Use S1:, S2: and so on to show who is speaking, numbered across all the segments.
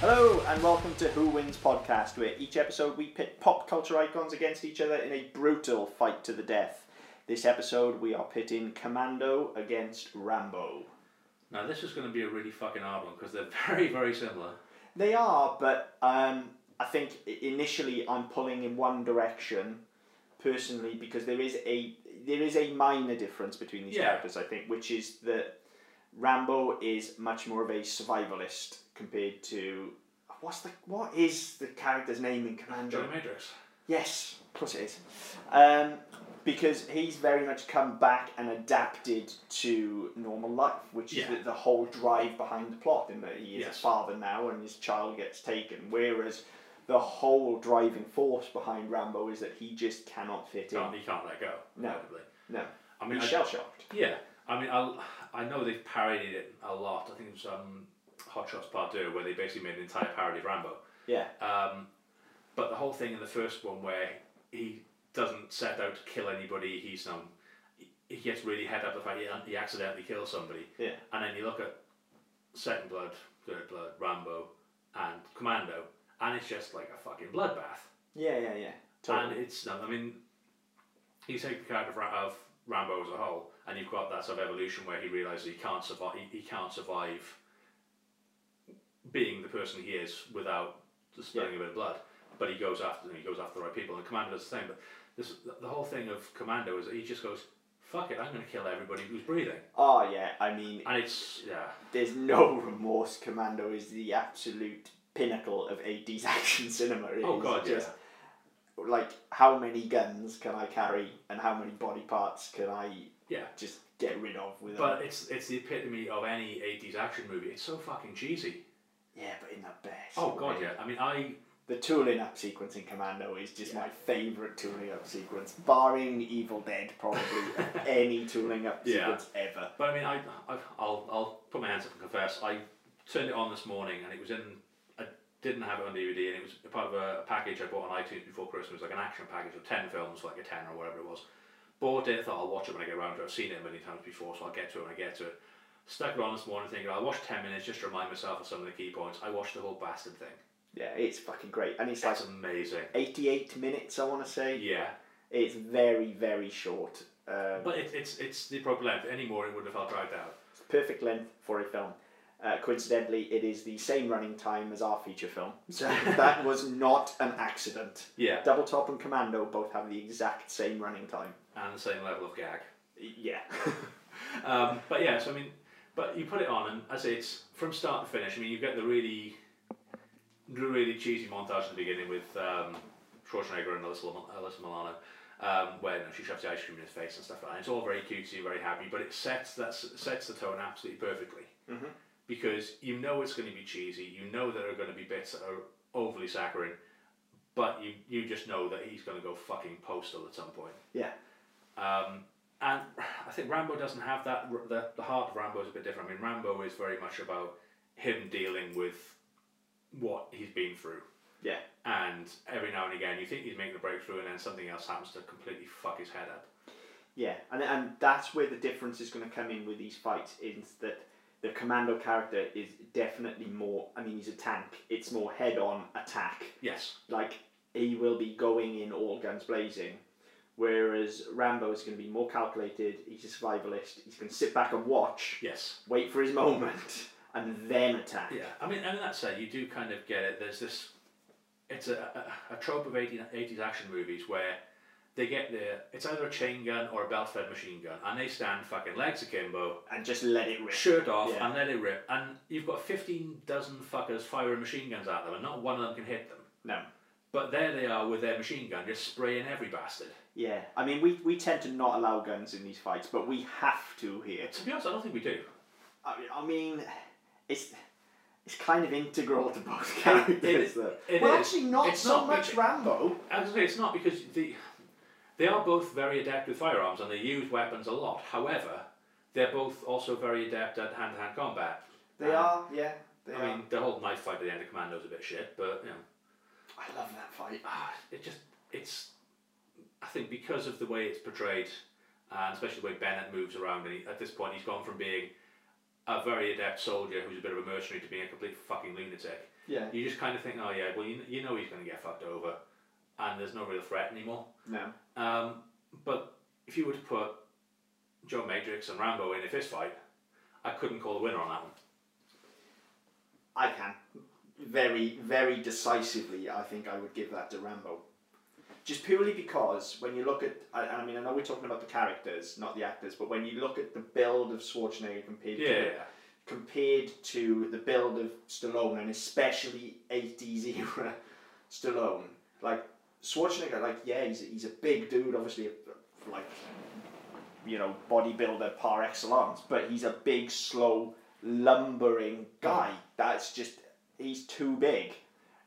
S1: Hello, and welcome to Who Wins Podcast, where each episode we pit pop culture icons against each other in a brutal fight to the death. This episode we are pitting Commando against Rambo.
S2: Now this is going to be a really fucking hard one because they're very very similar.
S1: They are, but um, I think i- initially I'm pulling in one direction personally because there is a there is a minor difference between these
S2: Yeah.
S1: characters, I think, which is that Rambo is much more of a survivalist compared to what's the what is the character's name in Commando?
S2: Johnny Matrix.
S1: Yes, of course it is. Um, because he's very much come back and adapted to normal life, which
S2: Yeah.
S1: is the, the whole drive behind the plot, in that he is
S2: Yes.
S1: a father now and his child gets taken. Whereas the whole driving force behind Rambo is that he just cannot fit in.
S2: Can't, he can't let go.
S1: No.
S2: effectively.
S1: No,
S2: Oh. I mean,
S1: he's
S2: I-
S1: shell shocked.
S2: yeah. I mean, I, I know they've parodied it a lot. I think it was um, Hot Shots Part Two where they basically made an entire parody of Rambo.
S1: Yeah,
S2: Um, but the whole thing in the first one where he doesn't set out to kill anybody, he's um, he gets really head up the fact he, he accidentally kills somebody,
S1: yeah,
S2: and then you look at Second Blood, Third Blood, Rambo, and Commando, and it's just like a fucking bloodbath.
S1: yeah, yeah, yeah. Totally.
S2: And it's I mean, you take the character of, Ra- of Rambo as a whole, and you've got that sort of evolution where he realizes he can't survive. He, he can't survive being the person he is without just spilling a bit of blood. But he goes after he goes after the right people, and Commando does the same. But this the whole thing of Commando is that he just goes, "Fuck it, I'm going to kill everybody who's breathing,"
S1: oh yeah, I mean,
S2: and it's yeah.
S1: there's no remorse. Commando is the absolute pinnacle of 80s action cinema. It
S2: Oh
S1: is
S2: god, yeah.
S1: just like how many guns can I carry and how many body parts can I
S2: Yeah.
S1: just get rid of without
S2: But it's it's the epitome of any '80s action movie. It's so fucking cheesy.
S1: yeah but in the best
S2: Oh
S1: way.
S2: god, yeah. I mean, I
S1: the tooling up sequence in Commando is just my favourite tooling up sequence barring Evil Dead probably any tooling up
S2: Yeah.
S1: sequence ever
S2: But I mean, I, I, I'll, I'll put my hands up and confess. I turned it on this morning, and it was in. I didn't have it on DVD, and it was a part of a, a package I bought on iTunes before Christmas, like an action package of ten films, like a ten or whatever it was. Bought it, thought I'll watch it when I get around to it. I've seen it a million times before, so I'll get to it when I get to it. Stuck it on this morning, thinking I'll watch ten minutes just to remind myself of some of the key points. I watched the whole bastard thing.
S1: yeah it's fucking great and it's like
S2: That's amazing.
S1: 88 minutes I want to say
S2: Yeah,
S1: it's very very short um,
S2: but it, it's it's the proper length. Any more, it would have felt dragged out.
S1: perfect length for a film. Uh, coincidentally, it is the same running time as our feature film, so that was not an accident.
S2: Yeah,
S1: Double Top and Commando both have the exact same running time.
S2: and the same level of gag.
S1: Yeah.
S2: Um, but yeah, so I mean, but you put it on, and as I say, it's from start to finish. I mean, you get the really, the really cheesy montage at the beginning with um, Schwarzenegger and Alyssa, Mil- Alyssa Milano, um, where you know, she shoves the ice cream in his face and stuff like that. It's all very cutesy, very happy, but it sets that sets the tone absolutely perfectly
S1: Mhm.
S2: because you know it's going to be cheesy. You know there are going to be bits that are overly saccharine, but you you just know that he's going to go fucking postal at some point.
S1: yeah.
S2: Um, and I think Rambo doesn't have that. r- The, the heart of Rambo is a bit different. I mean, Rambo is very much about him dealing with what he's been through.
S1: Yeah.
S2: And every now and again, you think he's making a breakthrough, and then something else happens to completely fuck his head up.
S1: Yeah. And, and that's where the difference is going to come in with these fights is that the Commando character is definitely more, I mean, he's a tank, it's more head on attack.
S2: Yes.
S1: like he will be going in all guns blazing. Whereas Rambo is going to be more calculated. He's a survivalist. He's going to sit back and watch,
S2: Yes.
S1: wait for his moment, and then attack.
S2: Yeah. I mean, I mean that said, you do kind of get it. There's this. It's a, a, a trope of 80, 80s action movies where they get the. It's either a chain gun or a belt fed machine gun, and they stand fucking legs akimbo,
S1: And just let it rip.
S2: shirt off
S1: Yeah.
S2: and let it rip. And you've got 15 dozen fuckers firing machine guns at them, and not one of them can hit them.
S1: No.
S2: But there they are with their machine gun, just spraying every bastard.
S1: Yeah. I mean, we, we tend to not allow guns in these fights, but we have to here.
S2: To be honest, I don't think we do.
S1: I mean, I mean it's it's kind of integral to both characters, though.
S2: it
S1: well,
S2: is.
S1: actually, not
S2: It's
S1: so
S2: not
S1: much
S2: really-
S1: Rambo.
S2: As I say, it's not because the, they are both very adept with firearms and they use weapons a lot. However, they're both also very adept at hand to hand combat.
S1: They
S2: Um,
S1: are. Yeah. They
S2: I
S1: are.
S2: mean, the whole knife fight at the end of Commando's a bit shit, but you know.
S1: I love that fight.
S2: ah, it just it's I think because of the way it's portrayed and especially the way Bennett moves around and he, at this point he's gone from being a a very adept soldier who's a bit of a mercenary to being a complete fucking lunatic,
S1: Yeah.
S2: you just kind of think, oh yeah, well you, you know he's going to get fucked over, and there's no real threat anymore.
S1: No.
S2: Um, but if you were to put John Matrix and Rambo in a fist fight, I couldn't call the winner on that one.
S1: I can. Very, very decisively, I think I would give that to Rambo. Just purely because when you look at, I, I mean, I know we're talking about the characters, not the actors, but when you look at the build of Schwarzenegger compared
S2: Yeah,
S1: to compared to the build of Stallone and especially 80s era Stallone. Like Schwarzenegger, like yeah, he's a, he's a big dude, obviously, like you know, bodybuilder par excellence, but he's a big, slow, lumbering guy. That's just he's too big.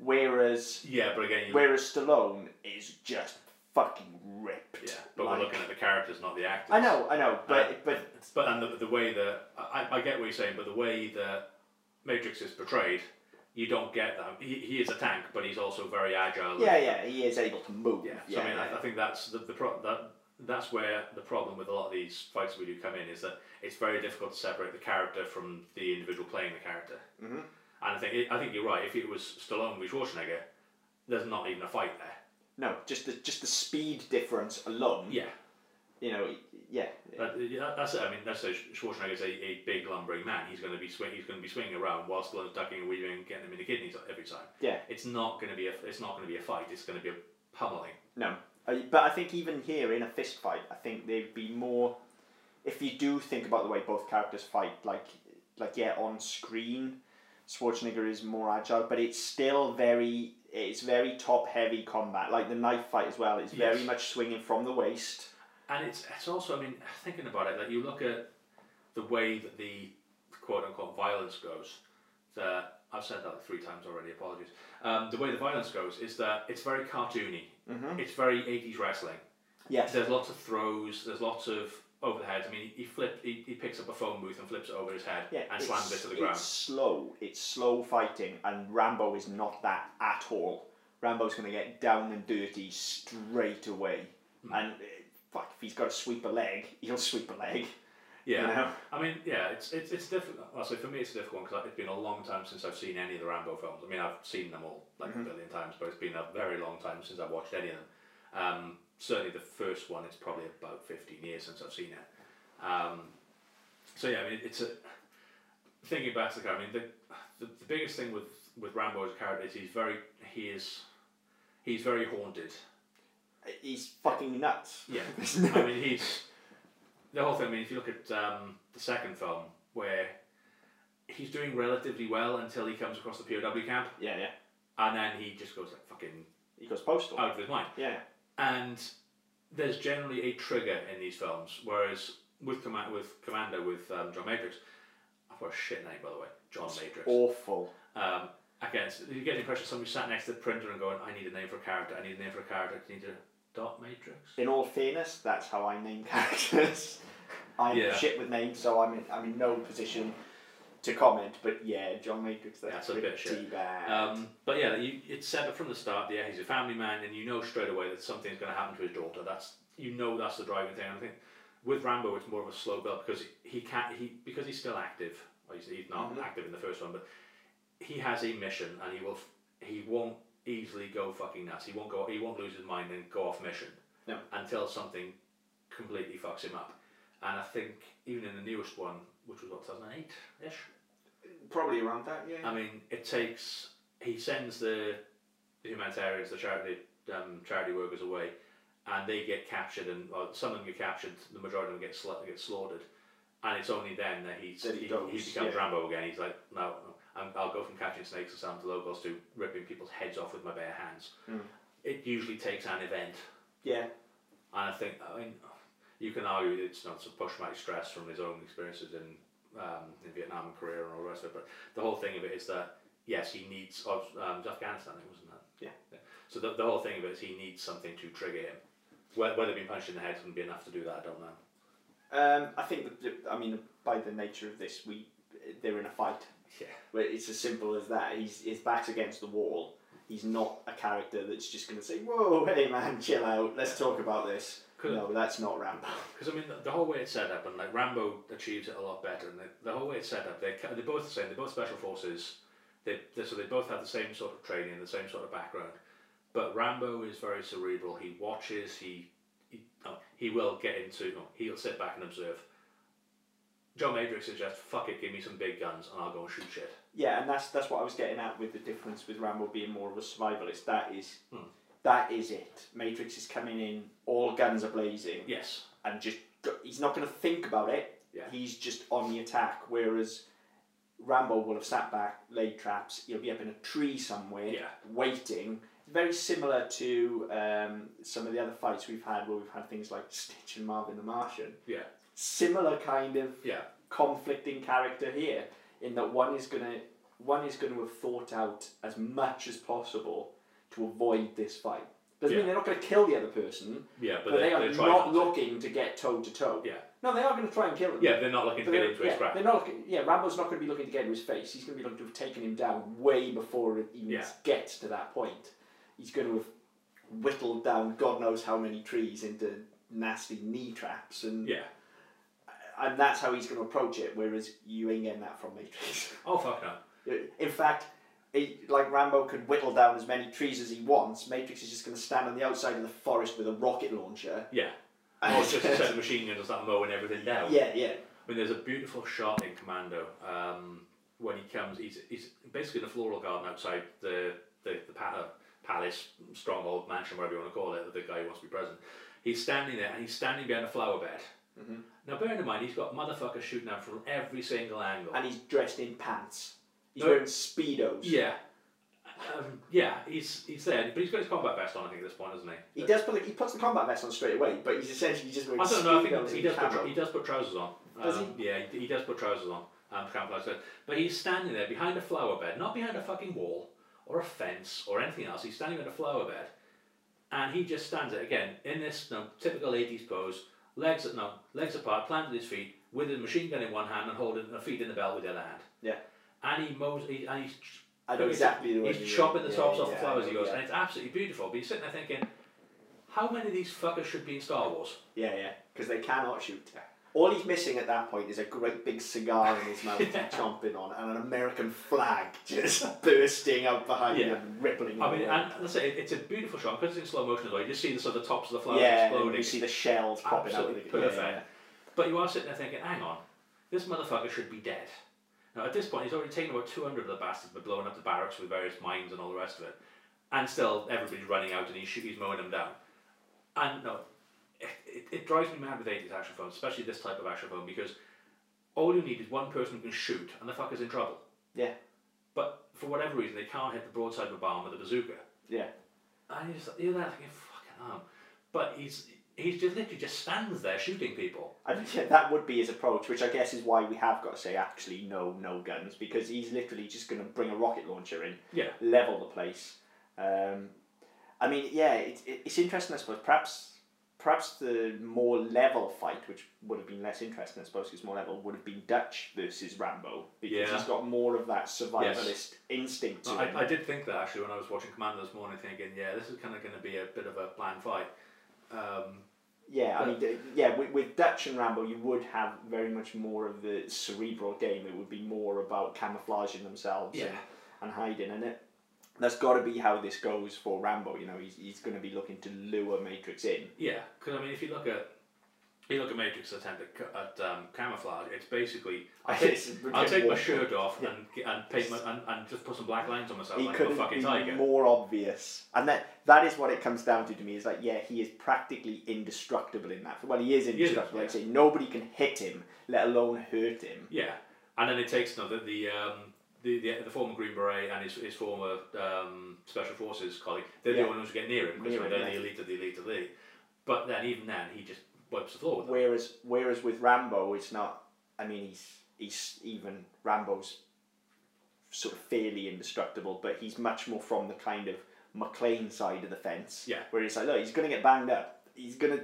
S1: Whereas
S2: yeah, but again, you,
S1: whereas Stallone is just fucking ripped.
S2: yeah, but
S1: Like-
S2: we're looking at the characters, not the actors.
S1: I know, I know, but
S2: Uh,
S1: but
S2: But and the, the way that I, I get what you're saying, but the way that Matrix is portrayed, you don't get that. He, he is a tank, but he's also very agile.
S1: yeah, yeah, he is able to move.
S2: yeah. So I mean, I, I think that's the, the pro- that that's where the problem with a lot of these fights we do come in is that it's very difficult to separate the character from the individual playing the character.
S1: Mhm.
S2: And I think it, I think you're right. If it was Stallone with Schwarzenegger, there's not even a fight there.
S1: No, just the just the speed difference alone.
S2: Yeah.
S1: You know, yeah.
S2: That, uh, yeah, that- that's it. I mean, that's it. Schwarzenegger's a, a big lumbering man. He's going to be swing. He's going to be swinging around while still ducking and weaving, and getting him in the kidneys every time.
S1: Yeah.
S2: It's not going to be a. It's not going to be a fight. It's going to be a pummeling.
S1: No, I- but I think even here in a fist fight, I think there'd be more. If you do think about the way both characters fight, like like yeah, on screen, Schwarzenegger is more agile, but it's still very it's very top heavy combat. Like the knife fight as well, it's very
S2: Yes.
S1: much swinging from the waist.
S2: And it's it's also. I mean, thinking about it, that you look at the way that the quote unquote violence goes. That I've said that three times already. Apologies. Um, the way the violence goes is that it's very cartoony.
S1: Mhm.
S2: It's very eighties wrestling.
S1: Yes.
S2: There's lots of throws. There's lots of overheads. I mean, he flip. He, he picks up a phone booth and flips it over his head
S1: Yeah,
S2: and
S1: it's-
S2: slams it to the ground.
S1: It's slow. It's slow fighting, and Rambo is not that at all. Rambo's going to get down and dirty straight away,
S2: Hmm.
S1: and eh, fuck, if he's got to sweep a leg, he'll sweep a leg.
S2: Yeah.
S1: You know?
S2: I mean, yeah. It's it's it's difficult. Also, for me, it's a difficult one because it's been a long time since I've seen any of the Rambo films. I mean, I've seen them all like a billion times, but it's been a very long time since I've watched any of them. Um, certainly, the first one. It's probably about fifteen years since I've seen it. Um, so yeah, I mean, it's a thinking back to the character. I mean, the, the the biggest thing with with Rambo as a character is he's very he is he's very haunted.
S1: He's fucking nuts.
S2: Yeah, I mean he's the whole thing. I mean, if you look at um, the second film, where he's doing relatively well until he comes across the POW camp,
S1: Yeah, yeah.
S2: and then he just goes like fucking
S1: He goes postal.
S2: out of his mind.
S1: yeah,
S2: And there's generally a trigger in these films, whereas with Command with Commando with um, John Matrix, I've got a shit name by the way, John Matrix.
S1: awful.
S2: Um, again, so you get the impression somebody sat next to the printer and going, "I need a name for a character. I need a name for a character. I need a dot matrix."
S1: In all fairness, that's how I name characters. I'm
S2: Yeah.
S1: shit with names, so I'm in, I'm in no position to comment. But yeah, John Matrix, that's
S2: That's a
S1: pretty
S2: bit shit.
S1: bad.
S2: Um, but yeah, you, it's set up from the start. Yeah, he's a family man, and you know straight away that something's going to happen to his daughter. That's you know that's the driving thing. And I think with Rambo, it's more of a slow build because he can't he because he's still active. Well, he's, he's not active in the first one, but he has a mission, and he will f- he won't easily go fucking nuts. He won't go. He won't lose his mind and go off mission
S1: No.
S2: until something completely fucks him up. And I think even in the newest one, which was what two thousand eight ish.
S1: Probably around that, yeah.
S2: I mean, it takes. He sends the humanitarians, the charity um, charity workers away, and they get captured, and well, some of them get captured. The majority of them get sla- get slaughtered, and it's only then that he's,
S1: That he
S2: he,
S1: goes,
S2: he becomes
S1: yeah.
S2: Rambo again. He's like, no, I'm, I'll go from catching snakes and sound to locals to ripping people's heads off with my bare hands.
S1: Mm.
S2: It usually takes an event,
S1: yeah.
S2: and I think I mean, you can argue that it's not some post-traumatic stress from his own experiences in um, in Vietnam and Korea and all the rest of it. But the whole thing of it is that yes, he needs oh, um, it was Afghanistan. It wasn't that.
S1: Yeah.
S2: So the, the whole thing of it is he needs something to trigger him. Whe- Whether being punched in the head wouldn't be enough to do that, I don't know.
S1: Um, I think, that- I mean, by the nature of this, we they're in a fight.
S2: Yeah.
S1: Where it's as simple as that. He's his back's against the wall. He's not a character that's just going to say, "Whoa, hey man, chill out. Let's talk about this."
S2: Could-
S1: No, that's not Rambo.
S2: Because I mean, the, the whole way it's set up, and like Rambo achieves it a lot better. And the, the whole way it's set up, they are they're both the same. They're both special forces. They, they so they both have the same sort of training, the same sort of background. But Rambo is very cerebral. He watches. He he, no, he will get into. No, he'll sit back and observe. John Madrix is just fuck it. Give me some big guns, and I'll go and shoot shit.
S1: Yeah, and that's that's what I was getting at with the difference with Rambo being more of a survivalist. That is
S2: Hmm.
S1: that is it. Matrix is coming in, all guns are blazing,
S2: Yes.
S1: and just go- he's not going to think about it.
S2: Yeah.
S1: He's just on the attack. Whereas Rambo will have sat back, laid traps. He'll be up in a tree somewhere,
S2: Yeah.
S1: waiting. Very similar to um, some of the other fights we've had, where we've had things like Stitch and Marvin the Martian.
S2: Yeah.
S1: Similar kind of
S2: Yeah.
S1: conflicting character here in that one is gonna one is gonna have thought out as much as possible to avoid this fight. Doesn't
S2: Yeah.
S1: mean they're not gonna kill the other person,
S2: Yeah.
S1: but,
S2: But,
S1: they,
S2: they,
S1: are
S2: are trying.
S1: not
S2: Not
S1: looking to get toe to toe.
S2: Yeah.
S1: No, they are gonna try and kill him.
S2: yeah. They're not looking
S1: But
S2: to get
S1: they're,
S2: into
S1: yeah,
S2: his crap.
S1: they're not looking, yeah, Rambo's not going to be looking to get into his face. He's going to be looking to have taken him down way before it even
S2: Yeah.
S1: gets to that point. He's going to have whittled down God knows how many trees into nasty knee traps and
S2: Yeah.
S1: and that's how he's going to approach it. Whereas you ain't getting that from Matrix.
S2: Oh fuck no.
S1: In fact, it, like Rambo could whittle down as many trees as he wants. Matrix is just going to stand on the outside of the forest with a rocket launcher.
S2: Yeah. Or just a set of machine guns and start mowing everything down.
S1: yeah, yeah,
S2: I mean, there's a beautiful shot in Commando um, when he comes. He's, he's basically in a floral garden outside the the, the pa- uh, palace, stronghold, mansion, whatever you want to call it. that The guy who wants to be president. He's standing there and he's standing behind a flower bed.
S1: Mhm.
S2: Now, bearing in mind, he's got motherfuckers shooting at him from every single angle.
S1: and he's dressed in pants. He's
S2: No.
S1: wearing speedos.
S2: yeah. Um, yeah, he's he's there, but he's got his combat vest on. I think at this point, doesn't he?
S1: He does put the, he puts the combat vest on straight away, but he's essentially just wearing
S2: I don't know. I
S1: speedos
S2: think he
S1: and
S2: does. Put,
S1: camo.
S2: tr- he does put trousers on.
S1: Does
S2: Um, Yeah, he, he does put trousers on. Um, camouflage trousers. But he's standing there behind a flower bed, not behind a fucking wall or a fence or anything else. He's standing on a flower bed, and he just stands there again in this you know, typical eighties pose, legs at no legs apart, planted his feet with his machine gun in one hand and holding the feet in the belt with the other hand.
S1: Yeah.
S2: And he mows. He, and he's ch-
S1: I know exactly the way
S2: He's
S1: you
S2: chopping
S1: mean.
S2: the
S1: Yeah,
S2: tops off
S1: yeah,
S2: the flowers.
S1: I
S2: He
S1: know,
S2: goes, eh?
S1: yeah.
S2: and it's absolutely beautiful. But he's sitting there thinking, how many of these fuckers should be in Star Wars?
S1: Yeah, yeah, because they cannot shoot. All he's missing at that point is a great big cigar in his mouth
S2: Yeah.
S1: chomping on and an American flag just bursting out behind
S2: Yeah.
S1: him and rippling.
S2: I
S1: in
S2: mean,
S1: the
S2: and
S1: wind.
S2: let's say it- it's a beautiful shot because it's in slow motion as well. You just see the sort of tops of the flowers
S1: yeah, and
S2: exploding.
S1: you see the shells popping out. of
S2: Absolutely
S1: the- yeah,
S2: perfect. But you are sitting there thinking, hang on, this motherfucker should be dead. Now, at this point, he's already taken about 200 of the bastards by blowing up the barracks with various mines and all the rest of it. And still, everybody's running out and he's, shoot, he's mowing them down. And no, it, it, it drives me mad with 80s action films, especially this type of action film, because all you need is one person who can shoot and the fucker's in trouble.
S1: Yeah.
S2: But for whatever reason, they can't hit the broadside of a barn with a bazooka.
S1: Yeah.
S2: And you're, just, you're there thinking, fucking hell. But he's he's just literally just stands there shooting people.
S1: I think yeah, that would be his approach, which I guess is why we have got to say actually no, no guns, because he's literally just going to bring a rocket launcher in,
S2: Yeah.
S1: level the place. Um, I mean, yeah, it, it, it's interesting, I suppose. Perhaps, perhaps the more level fight, which would have been less interesting, I suppose, because more level would have been Dutch versus Rambo, because
S2: Yeah.
S1: he's got more of that survivalist instinct to
S2: No,
S1: him.
S2: I, I did think that actually when I was watching Commando this morning, thinking, yeah, this is kind of going to be a bit of a planned fight. Um,
S1: Yeah, I mean, d- yeah, with, with Dutch and Rambo, you would have very much more of the cerebral game. It would be more about camouflaging themselves and,
S2: Yeah.
S1: and hiding, and it that's got to be how this goes for Rambo. You know, he's, he's going to be looking to lure Matrix in.
S2: yeah, because I mean, if you look at if you look at Matrix attempt at, ca- at um, camouflage, it's basically I take,
S1: It's
S2: I'll take my
S1: war-
S2: shirt off and g- and paint my, and, and just put some black lines on myself
S1: He
S2: like I'm a
S1: couldn't
S2: fucking
S1: be
S2: tiger.
S1: more obvious, and that that is what it comes down to to me. Is like, yeah, he is practically indestructible in that. Well, he is
S2: is,
S1: indestructible.
S2: yeah.
S1: Like I say, nobody can hit him, let alone hurt him.
S2: Yeah, and then it takes another the um, the, the the former Green Beret and his, his former um, Special Forces colleague. They're the
S1: Yeah.
S2: only ones who get near him because
S1: Near
S2: they're
S1: him,
S2: the
S1: yeah.
S2: elite of the elite of the elite. But then even then, he just wipes the floor with them.
S1: Whereas, whereas with Rambo, it's not. I mean, he's he's even Rambo's sort of fairly indestructible, but he's much more from the kind of McLean side of the fence.
S2: Yeah.
S1: Where it's like, look, he's gonna get banged up. He's gonna.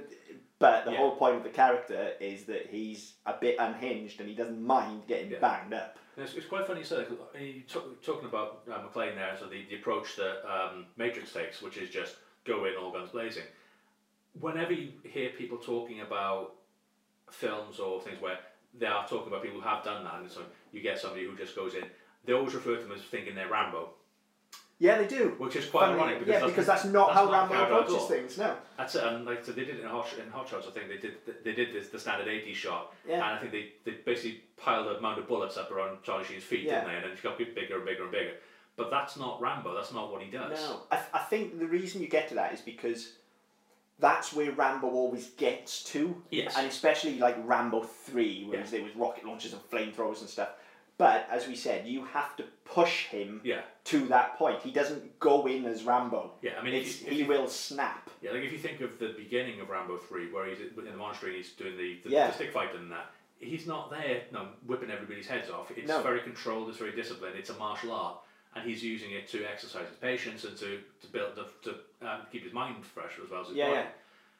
S1: But the
S2: Yeah.
S1: whole point of the character is that he's a bit unhinged and he doesn't mind getting
S2: Yeah.
S1: banged up.
S2: And It's, it's quite funny you said that 'cause you talk, talking about uh, McLean there, so the, the approach that um, Matrix takes, which is just go in all guns blazing. whenever you hear people talking about films or things where they are talking about people who have done that, and so you get somebody who just goes in, they always refer to them as thinking they're Rambo,
S1: Yeah, they do.
S2: which is quite
S1: Funny-
S2: ironic because,
S1: yeah,
S2: that's,
S1: because that's not
S2: that's
S1: how
S2: not
S1: Rambo
S2: Rambo at
S1: approaches
S2: all.
S1: things. No.
S2: that's it. And like so they did it in Hot, in Hot Shots. I think they did they did this the standard eighty shot,
S1: Yeah.
S2: and I think they, they basically piled a mound of bullets up around Charlie Sheen's feet,
S1: Yeah.
S2: didn't they? And then it got bigger and bigger and bigger. But that's not Rambo. That's not what he does.
S1: No, I, th- I think the reason you get to that is because that's where Rambo always gets to.
S2: Yes.
S1: And especially like Rambo 3, where
S2: Yeah.
S1: there was rocket launchers and flamethrowers and stuff. But as we said, you have to push him
S2: Yeah.
S1: to that point. He doesn't go in as Rambo.
S2: Yeah, I mean, if
S1: it's,
S2: you- if
S1: he will snap.
S2: Yeah, like if you think of the beginning of Rambo 3, where he's in the monastery and he's doing the, the,
S1: Yeah.
S2: the stick fight and that, he's not there no, whipping everybody's heads off. It's
S1: No.
S2: very controlled, it's very disciplined, it's a martial art, and he's using it to exercise his patience and to, to build to, to um, keep his mind fresh as well as his
S1: Yeah,
S2: body.
S1: yeah.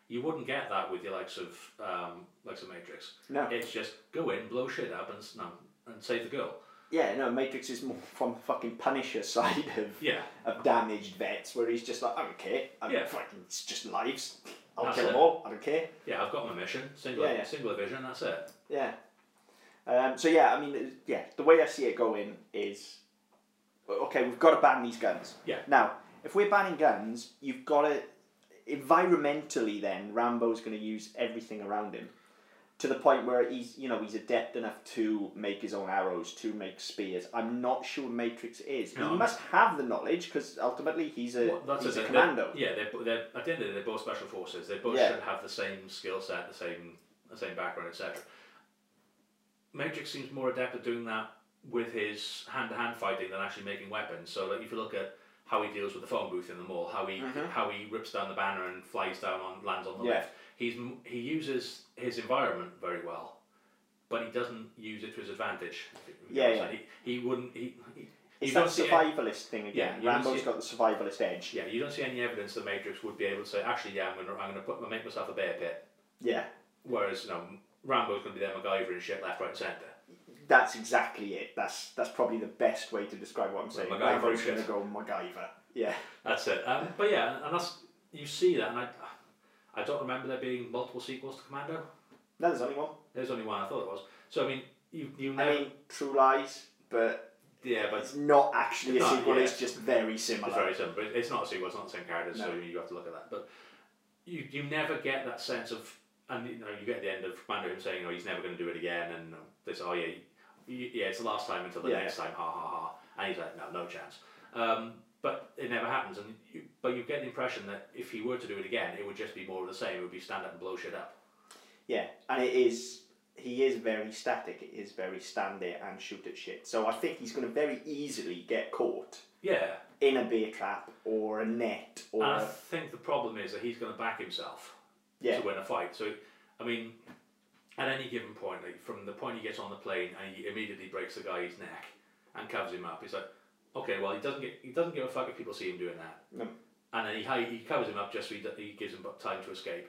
S2: You wouldn't get that with the likes of um, likes of Matrix.
S1: No.
S2: It's just go in, blow shit up, and s- no, and save the girl.
S1: Yeah, no, Matrix is more from the fucking Punisher side of,
S2: Yeah,
S1: of damaged vets, where he's just like, I don't care. I'm
S2: Yeah.
S1: fucking, it's just lives. I'll
S2: That's
S1: kill
S2: it.
S1: them all. I don't care.
S2: yeah. I've got my mission. Single,
S1: Yeah, yeah.
S2: single vision. That's it.
S1: Yeah. Um, so yeah, I mean, it- yeah, the way I see it going is, okay, we've got to ban these guns.
S2: Yeah.
S1: Now, if we're banning guns, you've got to environmentally. Then Rambo's going to use everything around him, to the point where he's, you know, he's adept enough to make his own arrows, to make spears. I'm not sure Matrix is.
S2: No.
S1: He must have the knowledge because ultimately he's a
S2: Well, that's
S1: he's
S2: it.
S1: a
S2: They're-
S1: commando.
S2: yeah, they're, bo- they're at the end of the day, they're both special forces. They both
S1: Yeah.
S2: should have the same skill set, the same the same background, etc. Matrix seems more adept at doing that with his hand to hand fighting than actually making weapons. So, like, if you look at how he deals with the phone booth in the mall, how he how he rips down the banner and flies down on lands on the
S1: Mm-hmm. Yeah.
S2: left, he's m- he uses his environment very well, but he doesn't use it to his advantage. if you- if you
S1: Yeah,
S2: understand. He, he wouldn't he. he
S1: It's
S2: you
S1: that
S2: don't see any-
S1: survivalist thing
S2: Yeah,
S1: again.
S2: you don't
S1: Rambo's
S2: see-
S1: got the survivalist edge.
S2: yeah, you don't see any evidence the Matrix would be able to say, actually, yeah, I'm gonna, I'm gonna put, make myself a bear pit.
S1: Yeah.
S2: Whereas, you know, Rambo's gonna be there MacGyver and shit left, right, and centre.
S1: That's exactly it. That's that's probably the best way to describe what I'm saying.
S2: MacGyver
S1: Rambo's
S2: is
S1: going to
S2: good.
S1: go MacGyver. Yeah.
S2: That's it. Um, but yeah, and that's you see that, and I, I don't remember there being multiple sequels to Commando.
S1: No, there's only one.
S2: There's only one I thought it was. So I mean, you you
S1: I
S2: never,
S1: mean, True Lies, but
S2: yeah, but it's
S1: it's not actually a
S2: It's not,
S1: sequel.
S2: yeah.
S1: It's just very similar.
S2: very similar. But it's not a sequel. It's not the same characters, so
S1: No.
S2: you have to look at that. But you you never get that sense of, and you know, you get at the end of Commando him saying, oh, he's never gonna do it again, and they say, oh yeah, you, yeah, it's the last time until the
S1: Yeah.
S2: next time, ha ha ha. And he's like, no, no chance. Um, but it never happens, and you, but you get the impression that if he were to do it again, it would just be more of the same. It would be stand up and blow shit up.
S1: Yeah, and it is. He is very static. It is very stand there and shoot at shit. So I think he's going to very easily get caught
S2: Yeah,
S1: in a bear trap or a net or
S2: and I
S1: a,
S2: think the problem is that he's going to back himself
S1: Yeah.
S2: to win a fight. So, I mean, at any given point, like from the point he gets on the plane and he immediately breaks the guy's neck and covers him up, he's like, okay, well he doesn't get he doesn't give a fuck if people see him doing that.
S1: No.
S2: And then he hi- he covers him up just so he, do- he gives him bu- time to escape.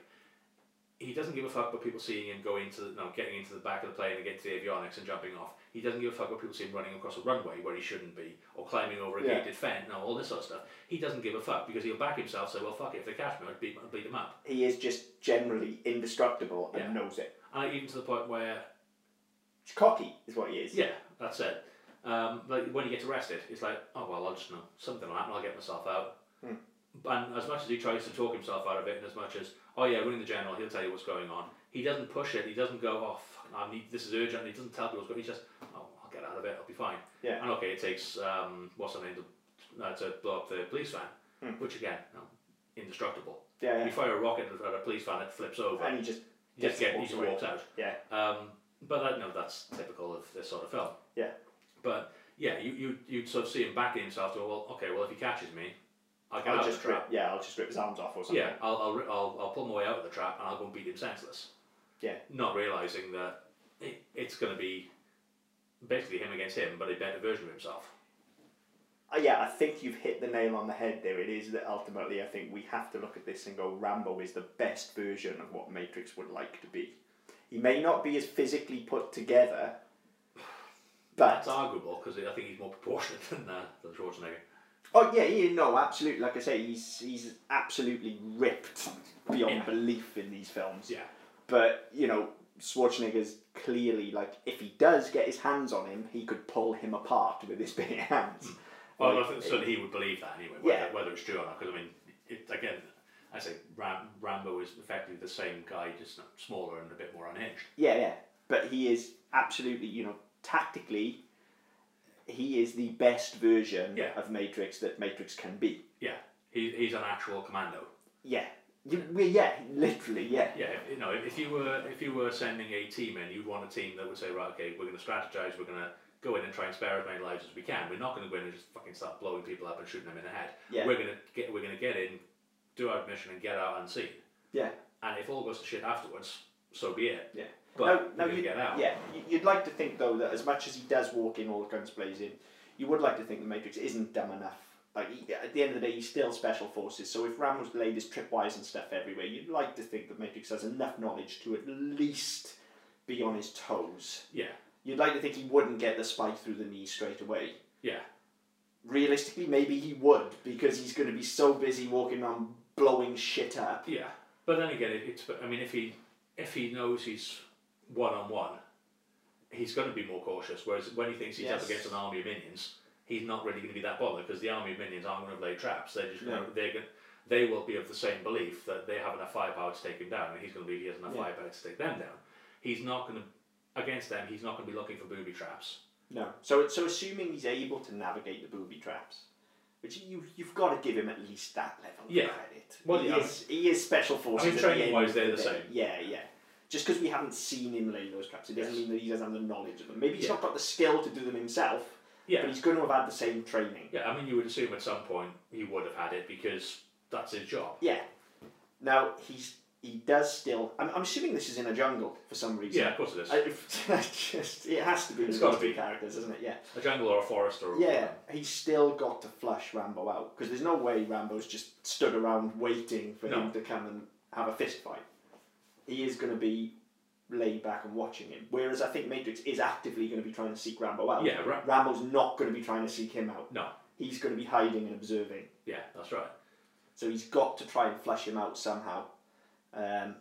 S2: He doesn't give a fuck about people seeing him go into the, no, getting into the back of the plane and getting to the avionics and jumping off. He doesn't give a fuck about people seeing him running across a runway where he shouldn't be or climbing over a
S1: Yeah.
S2: gated fence and all this sort of stuff. He doesn't give a fuck because he'll back himself. So well, fuck it. If they catch me, I'd beat, I'd beat him up.
S1: he is just generally indestructible and
S2: Yeah.
S1: knows it.
S2: And like, even to the point where
S1: He's cocky, is what he is.
S2: Yeah, that's it. Um, like when he gets arrested, it's like, oh well, I'll just know something will happen. I'll get myself out.
S1: Hmm.
S2: And as much as he tries to talk himself out of it, and as much as, oh yeah, we're in the general, he'll tell you what's going on. He doesn't push it. He doesn't go, oh, fuck, I need this is urgent. He doesn't tell people what's going. on. He's just, oh, I'll get out of it. I'll be fine.
S1: Yeah.
S2: And okay, it takes um, what's her name to, uh, to blow up the police van,
S1: Hmm.
S2: which again, no, indestructible.
S1: Yeah.
S2: You fire a rocket at a police van, it flips
S1: yeah.
S2: over.
S1: And he just
S2: you
S1: gets-
S2: just get, he
S1: walks
S2: just
S1: away.
S2: walks out.
S1: yeah.
S2: Um, but that, no, that's typical of this sort of film.
S1: Yeah.
S2: But yeah, you you you'd sort of see him backing himself to well, okay, well if he catches me, I'll get
S1: I'll
S2: out of
S1: just
S2: the trap.
S1: rip, yeah, I'll just rip his arms off or something.
S2: Yeah, I'll I'll, ri- I'll I'll pull my way out of the trap and I'll go and beat him senseless.
S1: Yeah.
S2: Not realizing that it, it's going to be basically him against him, but a better version of himself.
S1: Uh, yeah, I think you've hit the nail on the head there. It is that ultimately, I think we have to look at this and go Rambo is the best version of what Matrix would like to be. He may not be as physically put together,
S2: That's
S1: but
S2: arguable because I think he's more proportionate than uh, than Schwarzenegger.
S1: Oh yeah, yeah, no, absolutely. Like I say, he's he's absolutely ripped beyond
S2: Yeah.
S1: belief in these films.
S2: Yeah.
S1: But you know, Schwarzenegger's clearly like, if he does get his hands on him, he could pull him apart with his bare hands.
S2: Well,
S1: Like,
S2: I think certainly he would believe that anyway, whether,
S1: Yeah.
S2: whether it's true or not. Because I mean, it, again, I say Ram, Rambo is effectively the same guy, just smaller and a bit more unhinged.
S1: Yeah, yeah. But he is absolutely, you know, tactically, he is the best version
S2: Yeah.
S1: of Matrix that Matrix can be.
S2: Yeah, he, he's an actual commando.
S1: Yeah. You, we- yeah, literally, yeah.
S2: Yeah, you know, if you were if you were sending a team in, you'd want a team that would say, right, okay, we're going to strategize, we're going to go in and try and spare as many lives as we can. We're not going to go in and just fucking start blowing people up and shooting them in the head.
S1: Yeah.
S2: We're going to get we're going to get in, do our mission, and get out unseen.
S1: Yeah.
S2: And if all goes to shit afterwards, so be it.
S1: Yeah.
S2: But
S1: no,
S2: we're
S1: no,
S2: going to
S1: you,
S2: get out.
S1: yeah. you- You'd like to think, though, that as much as he does walk in all guns blazing, you would like to think the Matrix isn't dumb enough. Like, he, at the end of the day, he's still special forces, so if Rambo's laid his tripwires and stuff everywhere, you'd like to think the Matrix has enough knowledge to at least be on his toes.
S2: Yeah.
S1: You'd like to think he wouldn't get the spike through the knee straight away.
S2: Yeah.
S1: Realistically, maybe he would because he's going to be so busy walking on blowing shit up.
S2: Yeah, but then again, it, it's. I mean, if he if he knows he's one on one, he's going to be more cautious. Whereas when he thinks he's
S1: Yes.
S2: up against an army of minions, he's not really going to be that bothered because the army of minions aren't going to lay traps. They're just going
S1: No.
S2: to they're going they will be of the same belief that they have enough firepower to take him down, and he's going to believe he has enough
S1: Yeah.
S2: firepower to take them down. He's not going to against them. He's not going to be looking for booby traps.
S1: No. So so assuming he's able to navigate the booby traps, which you you've got to give him at least that level
S2: Yeah.
S1: of credit.
S2: Well,
S1: he
S2: yeah.
S1: is he is special forces. at the
S2: training
S1: end
S2: wise,
S1: of
S2: they're
S1: the
S2: the
S1: day.
S2: same.
S1: Yeah, yeah. Just because we haven't seen him lay those traps, it doesn't
S2: Yes.
S1: mean that he doesn't have the knowledge of them. Maybe he's
S2: Yeah.
S1: not got the skill to do them himself,
S2: Yeah,
S1: but he's going to have had the same training.
S2: yeah. I mean, you would assume at some point he would have had it because that's his job.
S1: Yeah. Now he's he does still. I'm, I'm assuming this is in a jungle for some reason.
S2: Yeah, of course it is.
S1: I, just it has to be.
S2: It's
S1: with those
S2: gotta
S1: two
S2: be.
S1: characters, isn't it? Yeah.
S2: A jungle or a forest or a
S1: Yeah. He's still got to flush Rambo out because there's no way Rambo's just stood around waiting for
S2: No.
S1: him to come and have a fist fight. He is going to be laid back and watching him. Whereas I think Matrix is actively going to be trying to seek Rambo out.
S2: Yeah, Ra-
S1: Rambo's not going to be trying to seek him out.
S2: No.
S1: He's going to be hiding and observing.
S2: Yeah, that's right.
S1: So he's got to try and flush him out somehow. Um,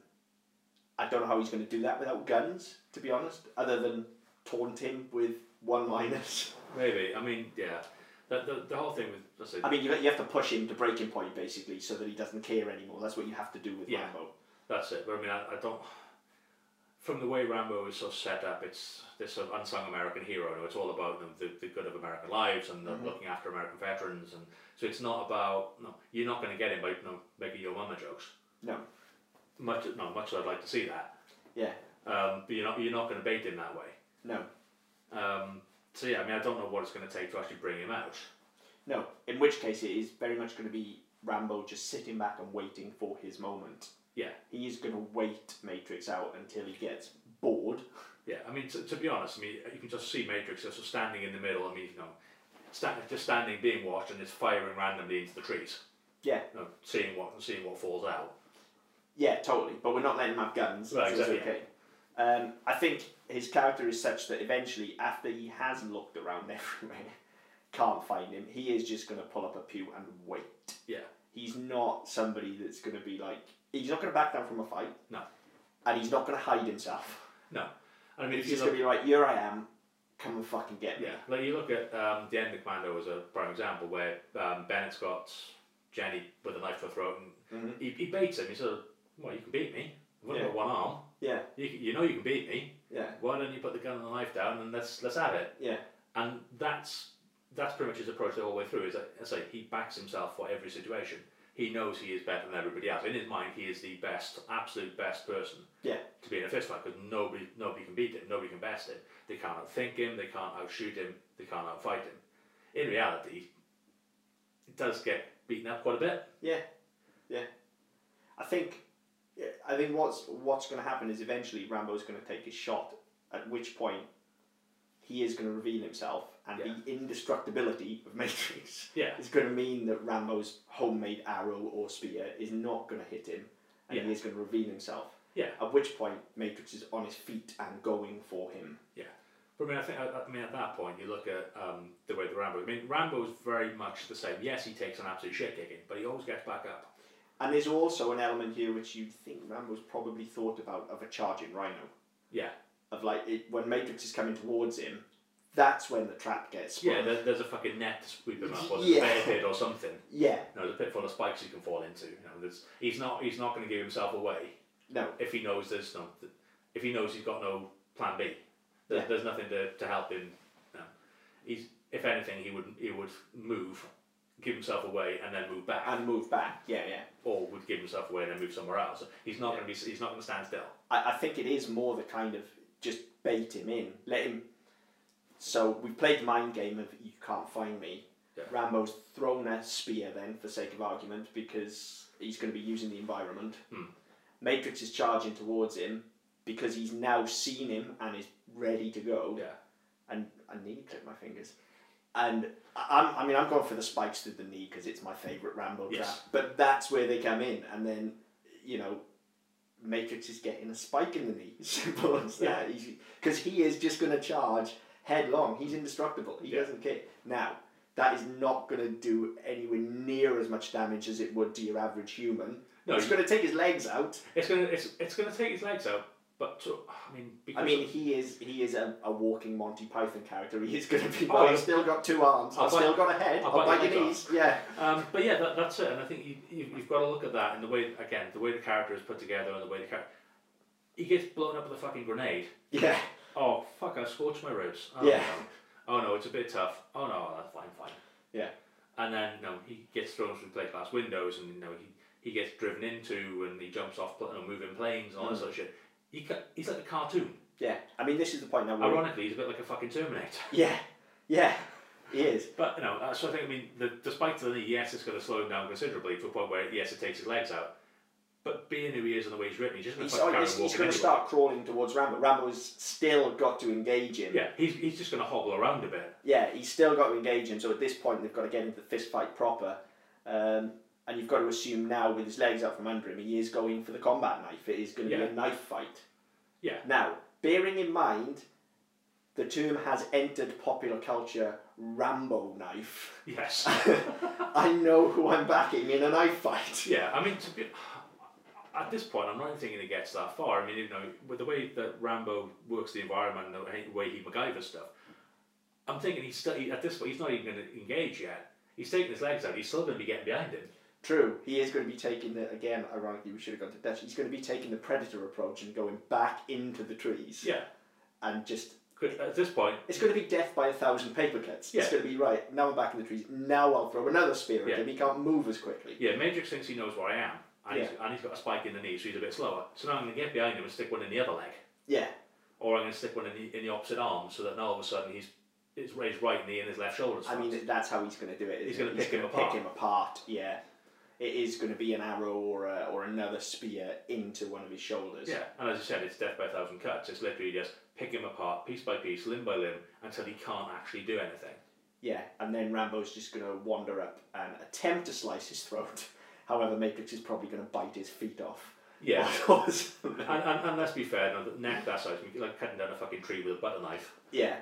S1: I don't know how he's going to do that without guns, to be honest, other than taunt him with one liners.
S2: Maybe. I mean, yeah. The, the, the whole thing with let's say,
S1: I mean, you, you have to push him to breaking point, basically, so that he doesn't care anymore. That's what you have to do with
S2: Yeah.
S1: Rambo.
S2: that's it. But I mean, I, I don't. From the way Rambo is sort of set up, it's this sort of unsung American hero. No, it's all about them, the, the good of American lives and the looking after American veterans, and so it's not about no. You're not going to get him by no, making your mama jokes.
S1: No.
S2: Much no, much as I'd like to see that.
S1: Yeah.
S2: Um, but you're not you're not going to bait him that way.
S1: No.
S2: Um, so yeah, I mean, I don't know what it's going to take to actually bring him out.
S1: No. In which case, it is very much going to be Rambo just sitting back and waiting for his moment.
S2: Yeah.
S1: He is going to wait Matrix out until he gets bored.
S2: Yeah, I mean, to, to be honest, I mean, you can just see Matrix just standing in the middle. I mean, you know, sta just standing, being watched, and it's firing randomly into the trees.
S1: Yeah.
S2: You know, seeing what seeing what falls out.
S1: Yeah, totally. But we're not letting him have guns.
S2: Right,
S1: so it's
S2: exactly,
S1: okay. Um, I think his character is such that eventually, after he has looked around everywhere, can't find him, he is just going to pull up a pew and wait.
S2: Yeah.
S1: He's not somebody that's going to be like, he's not going to back down from a fight.
S2: No.
S1: And he's not going to hide himself.
S2: No, I mean,
S1: He's
S2: if you
S1: just going
S2: look,
S1: to be like, here I am, come and fucking get me.
S2: yeah, like you look at um, the end of Commando as a prime example where um, Bennett's got Jenny with a knife to her throat, and
S1: Mhm.
S2: he, he baits him. He says, "Well, you can beat me. I've only got one arm.
S1: Yeah,
S2: You, can- you know you can beat me.
S1: yeah,
S2: Why don't you put the gun and the knife down and let's let's have it."
S1: yeah.
S2: and that's that's pretty much his approach the whole way through. Is that I say he backs himself for every situation. He knows he is better than everybody else. In his mind, he is the best, absolute best person.
S1: Yeah.
S2: To be in a fist fight because nobody nobody can beat him, nobody can best him. They can't outthink him, they can't outshoot him, they can't outfight him. In reality, it does get beaten up quite a bit.
S1: Yeah, yeah. I think, yeah, I think what's what's going to happen is eventually Rambo's going to take his shot. At which point, he is going to reveal himself, and the indestructibility of Matrix
S2: Yeah.
S1: is going to mean that Rambo's homemade arrow or spear is not going to hit him, and
S2: Yeah.
S1: he is going to reveal himself.
S2: Yeah.
S1: At which point, Matrix is on his feet and going for him.
S2: But I mean, I think I, I mean at that point you look at um, the way the Rambo. I mean, Rambo is very much the same. Yes, he takes an absolute shit kicking, but he always gets back up.
S1: And there's also an element here which you'd think Rambo's probably thought about of a charging rhino.
S2: Yeah,
S1: Of like, it, when Matrix is coming towards him, that's when the trap gets spun.
S2: yeah. There, there's a fucking net to sweep him up, or there's a
S1: Yeah.
S2: bear pit or something.
S1: yeah.
S2: You know, there's a pit full of spikes he can fall into. You know, there's, he's not he's not going to give himself away
S1: No.
S2: if he knows there's no if he knows he's got no plan B. There's,
S1: Yeah.
S2: there's nothing to, to help him. No. He's if anything he would he would move, give himself away and then move back,
S1: And move back. Yeah, yeah.
S2: or would give himself away and then move somewhere else. He's not going to be he's not going to stand still.
S1: I, I think it is more the kind of just bait him in, let him. So we played mind game of you can't find me.
S2: Yeah.
S1: Rambo's thrown a spear then for sake of argument because he's going to be using the environment.
S2: Hmm.
S1: Matrix is charging towards him because he's now seen him and is ready to go.
S2: Yeah.
S1: And I nearly clipped my fingers. And I- I'm, I mean, I'm going for the spikes through the knee because it's my favourite Rambo
S2: Yes.
S1: trap. But that's where they come in, and then you know, Matrix is getting a spike in the knee. Simple as that. Because he is just going to charge headlong. He's indestructible. He
S2: Yeah.
S1: doesn't care. Now, that is not going to do anywhere near as much damage as it would to your average human.
S2: No,
S1: it's
S2: you-
S1: going to take his legs out.
S2: It's gonna it's, it's gonna take his legs out, but to, I mean because
S1: I mean, he is he is a, a walking Monty Python character. He is going to be.
S2: Oh,
S1: well,
S2: yeah.
S1: I've still got two arms.
S2: I'll
S1: I've still
S2: bite-
S1: got a head.
S2: I'll
S1: I'll,
S2: bite
S1: bite
S2: your
S1: your
S2: legs
S1: knees. Yeah.
S2: Um, but yeah, that, that's it, and I think you, you, you've got to look at that in the way again the way the character is put together and the way the character he gets blown up with a fucking grenade.
S1: Yeah.
S2: Oh fuck! I scorched my ribs. Oh,
S1: Yeah.
S2: No. Oh no, it's a bit tough. Oh no, that's fine, fine.
S1: Yeah.
S2: And then no, he gets thrown through plate glass windows, and you know he, he gets driven into, and he jumps off pl- you know, moving planes and
S1: Mm.
S2: all that sort of shit. He ca- he's like a cartoon.
S1: Yeah. I mean, this is the point now. Where
S2: Ironically, he's a bit like a fucking Terminator.
S1: yeah. Yeah. He is.
S2: But you know, uh, so I think I mean, the, despite the knee, yes, it's going to slow him down considerably to a point where yes, it takes his legs out. But being who he is and the way he's written, he's just going
S1: He's,
S2: to fucking
S1: oh,
S2: carry
S1: he's,
S2: on
S1: he's
S2: walking
S1: going to
S2: anyway.
S1: start crawling towards Rambo. Rambo's still got to engage him.
S2: Yeah, he's, he's just going to hobble around a bit.
S1: Yeah, he's still got to engage him. So at this point, they've got to get into the fist fight proper. Um, and you've got to assume now, with his legs out from under him, he is going for the combat knife. It is going to
S2: Yeah.
S1: be a knife fight.
S2: Yeah.
S1: Now, bearing in mind, the term has entered popular culture Rambo knife.
S2: Yes.
S1: I know who I'm backing in a knife fight.
S2: Yeah, I mean, to be, at this point, I'm not even thinking it gets that far. I mean, you know, with the way that Rambo works the environment and the way he MacGyver stuff, I'm thinking he's still, at this point, he's not even going to engage yet. He's taking his legs out, he's still going to be getting behind him.
S1: True, he is going to be taking the, again, ironically, we should have gone to Dutch. He's going to be taking the predator approach and going back into the trees.
S2: Yeah.
S1: And just
S2: 'Cause At this point,
S1: It's going to be death by a thousand paper cuts.
S2: Yeah.
S1: It's going to be right. Now I'm back in the trees. Now I'll throw another spear at
S2: Yeah.
S1: him. He can't move as quickly.
S2: yeah, Matrix thinks he knows where I am, and, he's, and he's got a spike in the knee, so he's a bit slower. So now I'm going to get behind him and stick one in the other leg,
S1: Yeah,
S2: or I'm going to stick one in the, in the opposite arm, so that now all of a sudden he's his his right knee and his left shoulder.
S1: I mean
S2: snaps.
S1: that's how he's going to do it.
S2: He's
S1: isn't
S2: gonna
S1: it?
S2: pick him
S1: gonna
S2: apart.
S1: Pick him apart. Yeah, it is going to be an arrow or a, or another spear into one of his shoulders.
S2: Yeah, and as I said, it's death by a thousand cuts. It's literally just pick him apart, piece by piece, limb by limb, until he can't actually do anything.
S1: Yeah, and then Rambo's just going to wander up and attempt to slice his throat. However, Matrix is probably going to bite his feet off.
S2: Yeah.
S1: Or something.
S2: and, and, and let's be fair, now, the neck that size, I mean, like cutting down a fucking tree with a butter knife.
S1: Yeah,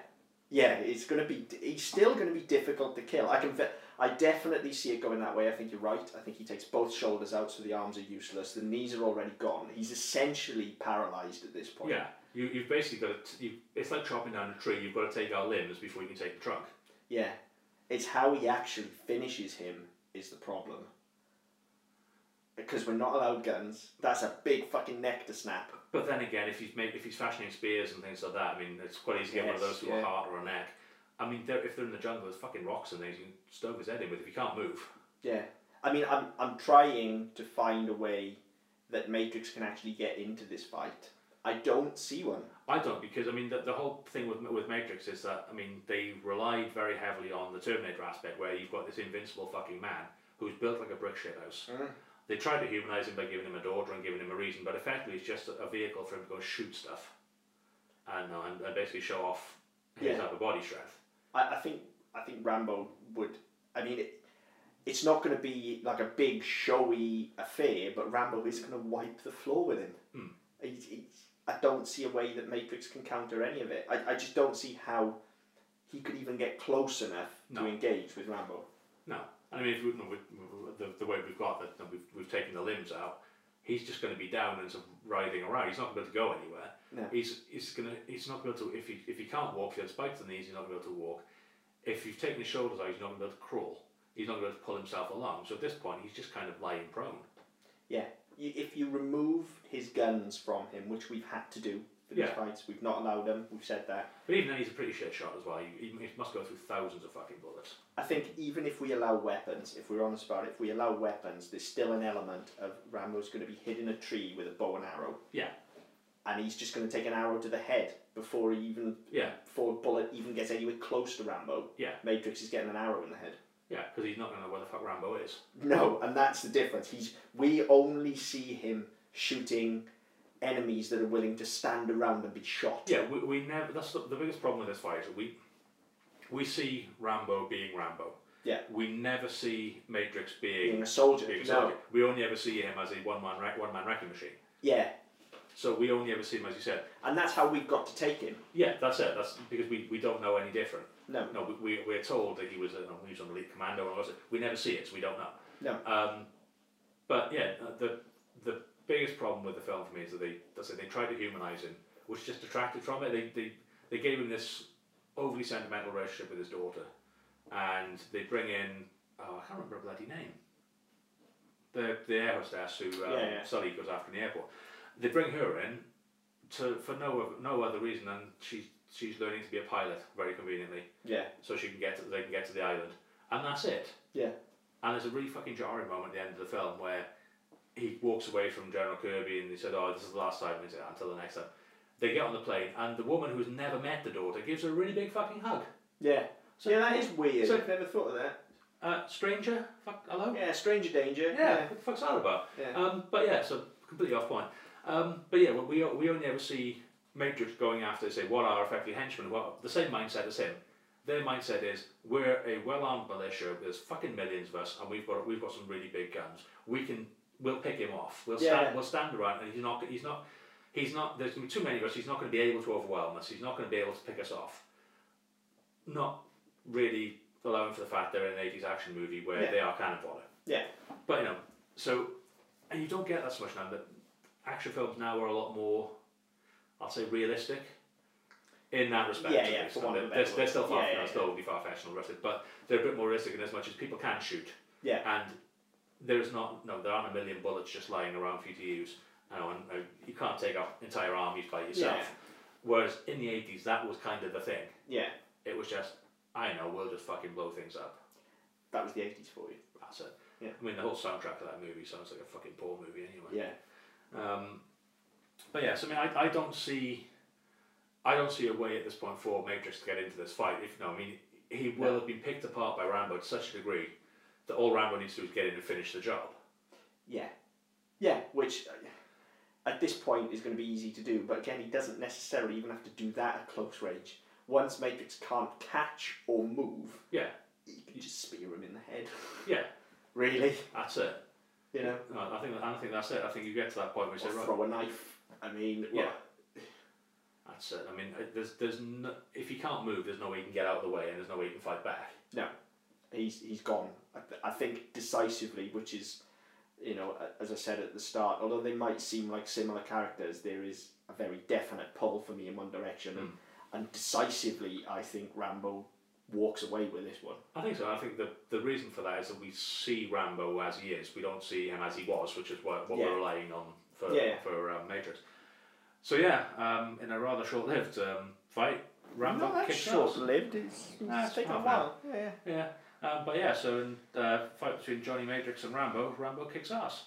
S1: yeah, it's gonna be. He's still gonna be difficult to kill. I can. ve- I definitely see it going that way. I think you're right. I think he takes both shoulders out, so the arms are useless. The knees are already gone. He's essentially paralyzed at this point.
S2: Yeah, you, you've basically got to, you, it's like chopping down a tree, you've got to take out limbs before you can take the trunk.
S1: Yeah. It's how he actually finishes him is the problem. Because we're not allowed guns. That's a big fucking neck to snap.
S2: But then again, if he's made, if he's fashioning spears and things like that, I mean, it's quite easy to get one of
S1: Yes,
S2: those to a
S1: yeah.
S2: heart or a neck. I mean, they're, if they're in the jungle, there's fucking rocks and things you can stove his head in with if he can't move.
S1: Yeah. I mean, I'm, I'm trying to find a way that Matrix can actually get into this fight. I don't see one.
S2: I don't because I mean the, the whole thing with with Matrix is that I mean they relied very heavily on the Terminator aspect where you've got this invincible fucking man who's built like a brick shithouse.
S1: Mm.
S2: They tried to humanize him by giving him a daughter and giving him a reason, but effectively it's just a, a vehicle for him to go shoot stuff, and uh, and, and basically show off his
S1: Yeah.
S2: upper body strength.
S1: I, I think I think Rambo would. I mean, it, it's not going to be like a big showy affair, but Rambo is going to wipe the floor with him.
S2: Hmm.
S1: He's- he's- I don't see a way that Matrix can counter any of it. I, I just don't see how he could even get close enough
S2: No.
S1: to engage with Rambo.
S2: No, I mean, if we, we, we- the, the way we've got that, that we've, we've taken the limbs out, he's just going to be down and sort of writhing around. He's not going to be able to go anywhere.
S1: No.
S2: He's, he's gonna he's not going to if he if he can't walk, he has spikes in the knees. He's not going to be able to walk. If you've taken his shoulders out, he's not going to be able to crawl. He's not going to be able to pull himself along. So at this point, he's just kind of lying prone.
S1: Yeah, you, if you remove his guns from him, which we've had to do for these
S2: Yeah.
S1: fights, we've not allowed them. We've said that.
S2: But even then, he's a pretty shit shot as well. He, he must go through thousands of fucking bullets.
S1: I think even if we allow weapons, if we're honest about it, if we allow weapons, there's still an element of Rambo's going to be hid in a tree with a bow and arrow,
S2: Yeah,
S1: and he's just going to take an arrow to the head before he even
S2: yeah,
S1: before a bullet even gets anywhere close to Rambo.
S2: yeah,
S1: Matrix is getting an arrow in the head.
S2: yeah. Because he's not going to know where the fuck Rambo is.
S1: No, and that's the difference. He's we only see him shooting enemies that are willing to stand around and be shot.
S2: Yeah, we, we never. That's the, the biggest problem with this fight. Is that we we see Rambo being Rambo.
S1: Yeah.
S2: We never see Matrix being
S1: Being a soldier.
S2: being a
S1: no.
S2: soldier. We only ever see him as a one man wreck, one man wrecking machine.
S1: Yeah.
S2: So we only ever see him as you said.
S1: And that's how we've got to take him.
S2: Yeah, that's it. That's because we, we don't know any different.
S1: No.
S2: No, we, we we're told that he was an he was an elite commando and all that. We never see it, so we don't know.
S1: No.
S2: Um, but yeah, uh, the the biggest problem with the film for me is that they that's it, they tried to humanize him, which just detracted from it. They they they gave him this overly sentimental relationship with his daughter, and they bring in oh I can't remember her bloody name. The the air hostess who um,
S1: Yeah, yeah.
S2: Sully goes after in the airport. They bring her in to for no no other reason than she's she's learning to be a pilot very conveniently
S1: Yeah.
S2: so she can get to, they can get to the island, and that's it.
S1: Yeah.
S2: And there's a really fucking jarring moment at the end of the film where he walks away from General Kirby and he said, "Oh, this is the last time." And he said, "Until the next time." They get on the plane, and the woman who's never met the daughter gives her a really big fucking hug.
S1: Yeah.
S2: So-
S1: yeah, that is weird.
S2: so-
S1: I've never thought of that.
S2: Uh, stranger, fuck, hello.
S1: Yeah, stranger danger.
S2: What the fuck's that about?
S1: Yeah.
S2: Um, but yeah, so completely off point. Um, but yeah, we we only ever see Matrix going after say what are effectively henchmen. Well, the same mindset as him. Their mindset is we're a well-armed militia. There's fucking millions of us, and we've got we've got some really big guns. We can we'll pick him off. We'll stand
S1: Yeah.
S2: we'll stand around, and he's not he's not he's not. There's gonna be too many of us. He's not going to be able to overwhelm us. He's not going to be able to pick us off. Not really allowing for the fact they're in an 80s action movie where
S1: Yeah.
S2: they are cannonballer.
S1: Yeah.
S2: But you know, so and you don't get that so much now. That action films now are a lot more, I'll say, realistic. In that respect,
S1: Yeah,
S2: at
S1: yeah,
S2: least.
S1: for want of a
S2: they're,
S1: better
S2: they're, they're still
S1: word.
S2: far
S1: Yeah,
S2: from
S1: yeah,
S2: that, still will be far fetched and all the rest of it, but they're a bit more realistic in as much as people can shoot.
S1: Yeah.
S2: And there's not no, there aren't a million bullets just lying around for you to use. You know, and uh, you can't take out entire armies by yourself.
S1: Yeah.
S2: Whereas in the eighties, that was kind of the thing.
S1: Yeah.
S2: It was just, I know, we'll just fucking blow things up.
S1: That was the 80s for you.
S2: That's it.
S1: Yeah.
S2: I mean, the whole soundtrack of that movie sounds like a fucking poor movie anyway.
S1: Yeah.
S2: Um, but yeah, so I mean, I, I don't see, I don't see a way at this point for Matrix to get into this fight. If no, I mean, he will have been picked apart by Rambo to such a degree that all Rambo needs to do is get in and finish the job.
S1: Yeah. Yeah, which uh, at this point is going to be easy to do, but again, he doesn't necessarily even have to do that at close range. Once Matrix can't catch or move,
S2: Yeah.
S1: you can just spear him in the head.
S2: Yeah,
S1: Really?
S2: that's it.
S1: You know?
S2: No, I think I think that's it. I think you get to that point where you
S1: Or
S2: say, right,
S1: throw a knife. I mean, well,
S2: Yeah. that's it. I mean, uh, there's there's no, if he can't move, there's no way he can get out of the way, and there's no way he can fight back.
S1: he's he's gone. I, th- I think decisively, which is, you know, a- as I said at the start, although they might seem like similar characters, there is a very definite pull for me in one direction,
S2: Hmm.
S1: and, and decisively, I think Rambo walks away with this one.
S2: I think so. I think the, the reason for that is that we see Rambo as he is. We don't see him as he was, which is what, what
S1: Yeah.
S2: we're relying on for
S1: Yeah.
S2: for um, Matrix. So yeah, um, in a rather short-lived um, fight, Rambo kicks ass.
S1: lived. It's,
S2: Nah, it's taken a half an hour.
S1: Yeah, yeah.
S2: Yeah, um, but yeah. So in uh, fight between Johnny Matrix and Rambo, Rambo kicks ass.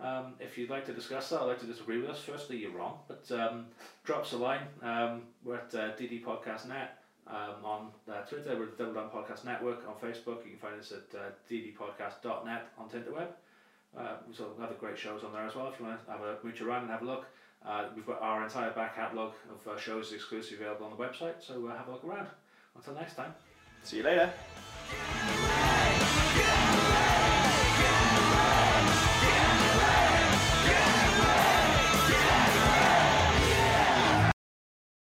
S2: Um, if you'd like to discuss that, I'd like to disagree with us. Firstly, you're wrong, but um, drop us a line. Um, we're at uh, DD Podcast Net um, on uh, Twitter. We're at the Double Down Podcast Network on Facebook. You can find us at uh, ddpodcast.net on Tinterweb. Uh, we've got other great shows on there as well. If you want to have a mooch around and have a look, uh, we've got our entire back catalogue of uh, shows exclusively available on the website. So uh, have a look around. Until next time.
S1: See you later.
S3: Thank